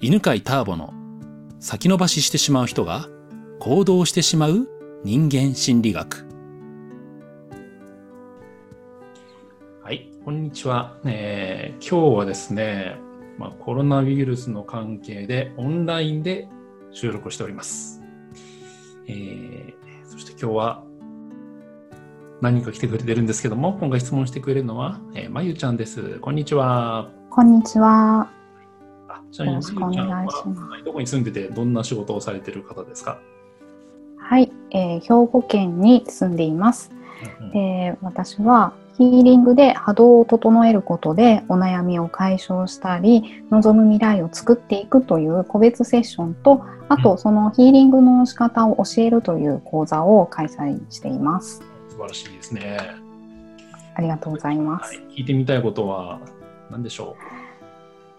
犬飼ターボの先延ばししてしまう人が行動してしまう人間心理学。はい、こんにちは。えー今日はですね、まあ、コロナウイルスの関係でオンラインで収録をしております。えーそして今日は何人か来てくれてるんですけども、今回質問してくれるのは、えーまゆちゃんです。こんにちは。こんにちは。あちなみによろしくお願いしますまゆちゃんはどこに住んでて、どんな仕事をされてる方ですか、はい、えー兵庫県に住んでいます、えー私はヒーリングで波動を整えることでお悩みを解消したり、望む未来を作っていくという個別セッションと、あうとそのヒーリングの仕方を教えるという講座を開催しています。素晴らしいですね。ありがとうございまはす。い、聞いてみたいことは何でしょ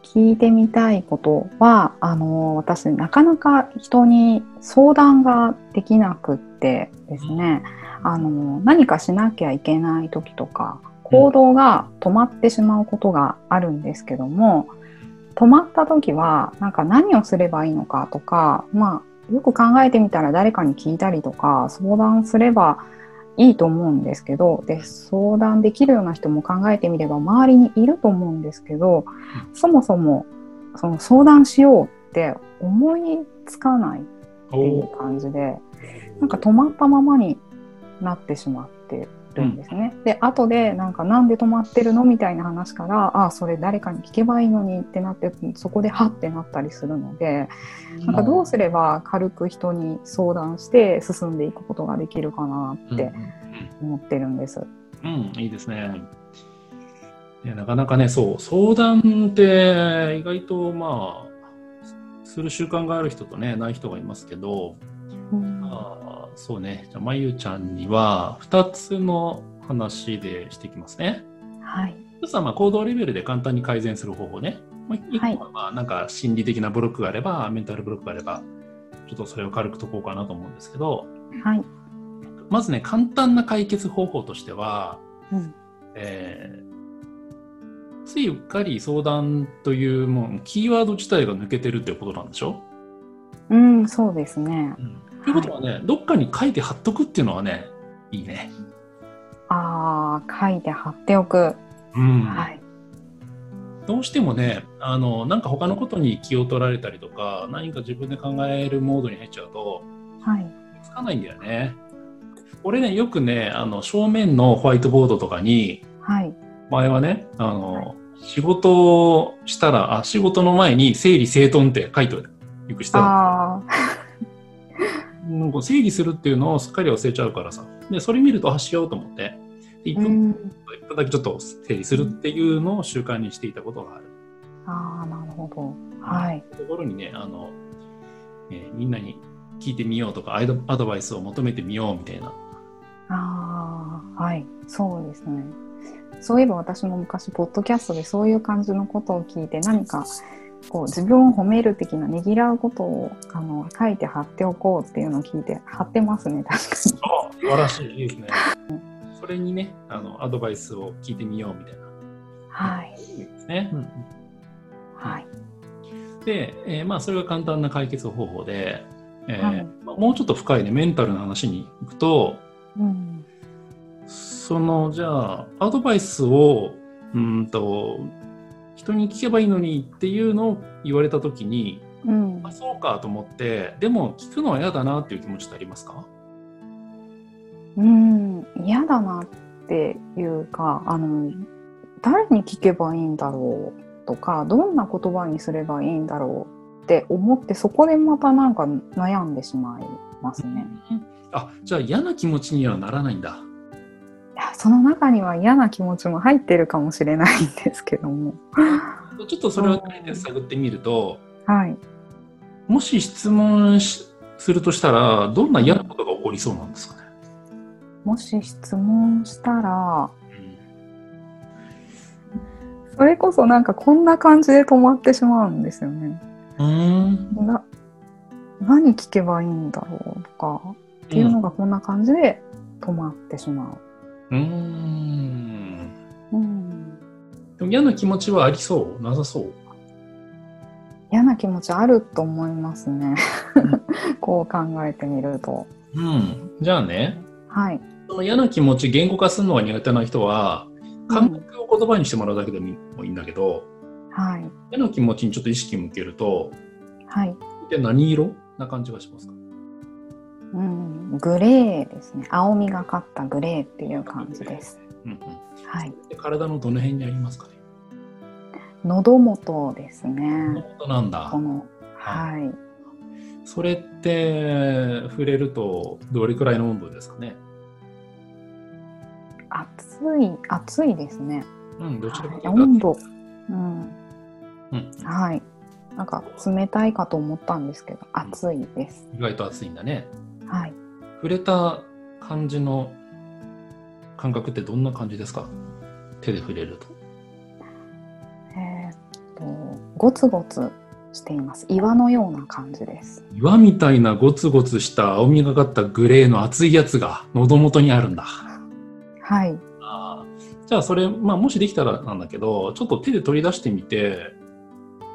聞いてみたいことは、あの私なかなか人に相談ができなくってですね、あの何かしなきゃいけない時とか行動が止まってしまうことがあるんですけども、止まった時はなんか何をすればいいのかとか、まあよく考えてみたら誰かに聞いたりとか相談すればいいと思うんですけどで相談できるような人も考えてみれば周りにいると思うんですけど、そもそもその相談しようって思いつかないっうていう感じでなんか止まったままになってしまってるんですね。で後でなんかなんで止まってるのみたいな話からああそれ誰かに聞けばいいのにってなってそこでハッてなったりするのでなんかどうすれば軽く人に相談して進んでいくことができるかなうってうんうん思ってるんです。うん、いいですね。いやなかなかね、そう、相談って意外とまあ、すする習慣がある人とね、ない人がいますけど、あーそうね、じゃあ、まゆちゃんには2つの話でしていきますね。はい、 1つはまあ行動レベルで簡単に改善する方法ね。もう1個はまあなんか心理的なブロックがあれば、メンタルブロックがあれば、ちょっとそれを軽く解こうかなと思うんですけど、はい、まずね、簡単な解決方法としては、うんえーついうっかり相談というもうキーワード自体が抜けてるってことなんでしょ、うん、そうですね。ということはね、どっかに書いて貼っとくっていうのはね、いいね。ああ、書いて貼っておく。うんはい。どうしてもねあの、なんか他のことに気を取られたりとか、何か自分で考えるモードに入っちゃうと、はい。つかないんだよね。俺ね、よくね、あの正面のホワイトボードとかに、はい。前はね、あの、仕事をしたら、あ、仕事の前に整理整頓って書いておる。よくしたら。ああ、なんか整理するっていうのをすっかり忘れちゃうからさ。で、それ見ると、あ、しようと思って。で、1う分、ん。一分だけちょっと整理するっていうのを習慣にしていたことがある。ああ、なるほど。はい。ところにね、あの、えーみんなに聞いてみようとか、アイドアドバイスを求めてみようみたいな。ああ、はい。そうですね。そういえば私も昔、ポッドキャストでそういう感じのことを聞いて、何か、こう、自分を褒める的な、ねぎらうことを、あの、書いて貼っておこうっていうのを聞いて、貼ってますね、確かに。あ素晴らしい。いいですね。それにね、あの、アドバイスを聞いてみようみたいな。はい。いいですね。はい。で、えーまあ、それが簡単な解決方法で、えーはいまあもうちょっと深い、ね、メンタルの話に行くとうん。そのじゃあアドバイスをうーんと人に聞けばいいのにっていうのを言われた時にうんあ。そうかと思ってでも聞くのは嫌だなっていう気持ちってありますかうん嫌だなっていうかあの誰に聞けばいいんだろうとかどんな言葉にすればいいんだろうって思ってそこでまたなんか悩んでしまいますね。あじゃあ嫌な気持ちにはならないんだ。いやその中には嫌な気持ちも入ってるかもしれないんですけども。ちょっとそれを解決探ってみるとはい、もし質問しするとしたらどんな嫌なことが起こりそうなんですかね、もし質問したらそれこそなんかこんな感じで止まってしまうんですよね。うん、っな何聞けばいいんだろうとかっていうのがこんな感じで止まってしまうーん。う。うんでも嫌な気持ちはありそうなさそう。嫌な気持ちあると思いま すね。こう考えてみると。うん。じゃあね、はい。その嫌な気持ち言語化するのが苦手な人は、感覚を言葉にしてもらうだけでもいいんだけど、はい。嫌な気持ちにちょっと意識向けると、はい。一体何色な感じがしますかうん。グレーですね。青みがかったグレーっていう感じです。うんうん。はい。で体のどの辺にありますかね喉元です本ね。当なんだこ。の。はい。それって、触れるとどれくらいの温度ですかね暑い、暑いですね。うん、どちらかというと。温度。うん。うん。はい。なんか冷たいかと思ったんですけど、暑いです。意外と暑いんだね。はい。触れた感じの感覚ってどんな感じですか手で触れると。えーっと、ゴツゴツしています。岩のような感じです。岩みたいなゴツゴツした青みがかったグレーの熱いやつが喉元にあるんだ。はい。あーじゃあそれ、まあ、もしできたらなんだけど、ちょっと手で取り出してみて、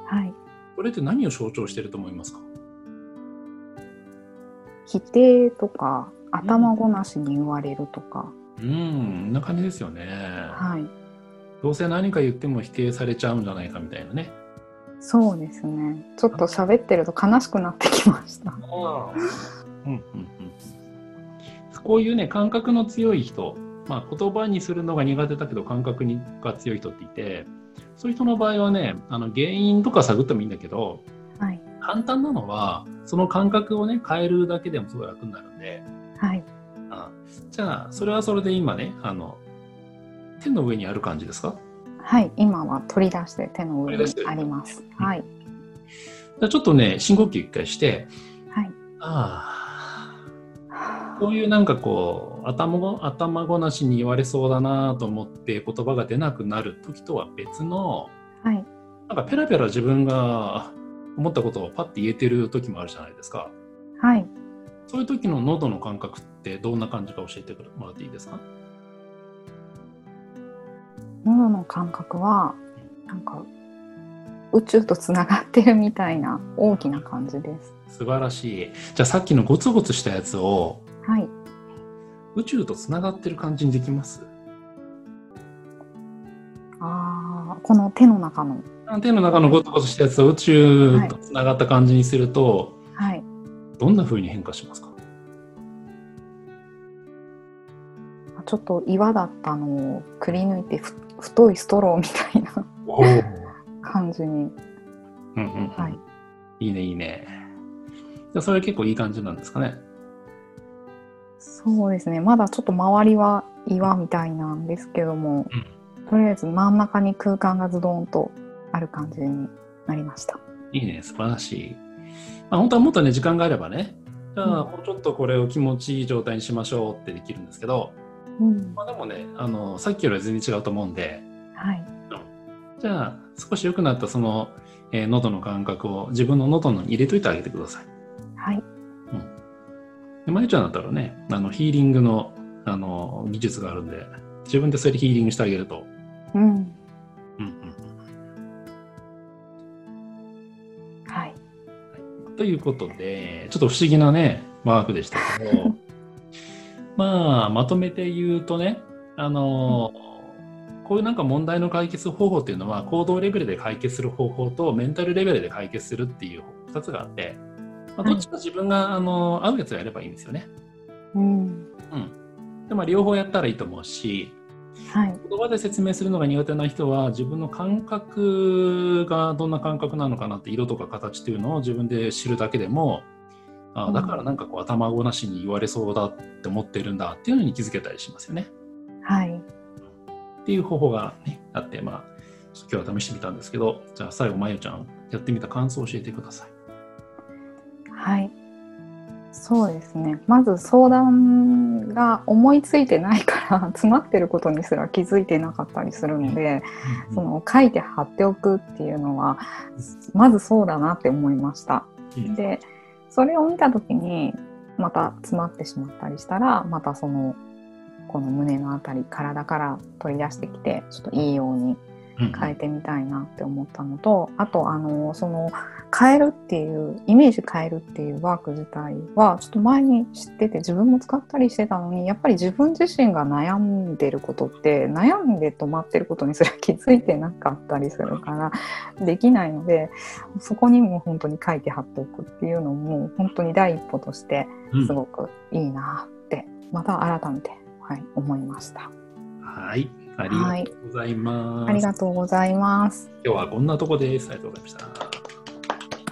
はい。これって何を象徴してると思いますか否定とか、頭ごなしに言われるとか。うん、んな感じですよね。はい。どうせ何か言っても否定されちゃうんじゃないかみたいなね。そうですね。ちょっと喋ってると悲しくなってきました。うんうんうんこういうね感覚の強い人、まあ、言葉にするのが苦手だけど感覚にが強い人っていてそういう人の場合はねあの原因とか探ってもいいんだけどはい。簡単なのはその感覚をね変えるだけでもすごい楽になるんではい。あじゃあそれはそれで今ねあの手の上にある感じですかはい。今は取り出して手の取上り出にしてありまうす。んはい。じゃあちょっとね深呼吸一回してはい。ああこういうなんかこう頭ご頭ごなしに言われそうだなと思って言葉が出なくなる時とは別のはい。なんかペラペラ自分が思ったことをパッて言えてる時もあるじゃないですかはい。そういう時の喉の感覚ってどんな感じか教えてもらっていいですか喉の感覚はなんか宇宙とつながってるみたいな大きな感じです。素晴らしいじゃあさっきのゴツゴツしたやつをはい。宇宙とつながってる感じにできますああ、この手の中の。手の中のゴツゴツしたやつを宇宙とつながった感じにすると、はい。どんな風に変化しますかちょっと岩だったのをくり抜いてふ太いストローみたいなおー感じに。うんうんうんはいいいね、いいね。じゃあそれ結構いい感じなんですかね。そうですね。まだちょっと周りは岩みたいなんですけども、とりあえず真ん中に空間がズドンとある感じになりました。いいね、素晴らしい。まあ、本当はもっとね、時間があればね、じゃあうんもうちょっとこれを気持ちいい状態にしましょうってできるんですけど、うん。まあ、でもねあの、さっきよりは全然違うと思うんで、はい。じゃあ少し良くなったその、えー喉の感覚を自分の喉に入れといてあげてください。はい。でまゆちゃんだったらね、あのヒーリングのあの技術があるんで、自分でそれでヒーリングしてあげるとうん。うんうんはい。ということで、ちょっと不思議なね、ワークでしたけど、まあ、まとめて言うとね、あのーこういうなんか問題の解決方法っていうのは、行動レベルで解決する方法と、メンタルレベルで解決するっていう2つがあって、まあ、どっちか自分が、あのー合うやつをやればいいんですよね。うん。でまあ、両方やったらいいと思うし、はい。言葉で説明するのが苦手な人は、自分の感覚がどんな感覚なのかなって、色とか形っていうのを自分で知るだけでも、あうんだからなんかこう頭ごなしに言われそうだって思ってるんだっていうのに気づけたりしますよね。はい。っていう方法が、ね、あって、まあ、ちょっと今日は試してみたんですけど、じゃあ最後、まゆちゃん、やってみた感想を教えてください。はい。そうですね。まず相談が思いついてないから詰まってることにすら気づいてなかったりするので、その書いて貼っておくっていうのはまずそうだなって思いました。うんで、それを見た時にまた詰まってしまったりしたら、またそのこの胸のあたり体から取り出してきてちょっといいようにうん変えてみたいなって思ったのと、あとあのその変えるっていうイメージ変えるっていうワーク自体はちょっと前に知ってて自分も使ったりしてたのにやっぱり自分自身が悩んでることって悩んで止まってることにすら気づいてなかったりするからできないのでそこにも本当に書いて貼っておくっていうのも本当に第一歩としてうんすごくいいなって、また改めて、はい、思いました。はい。ありがとうございます。ありがとうございます。今日はこんなとこです。ありがとうございました。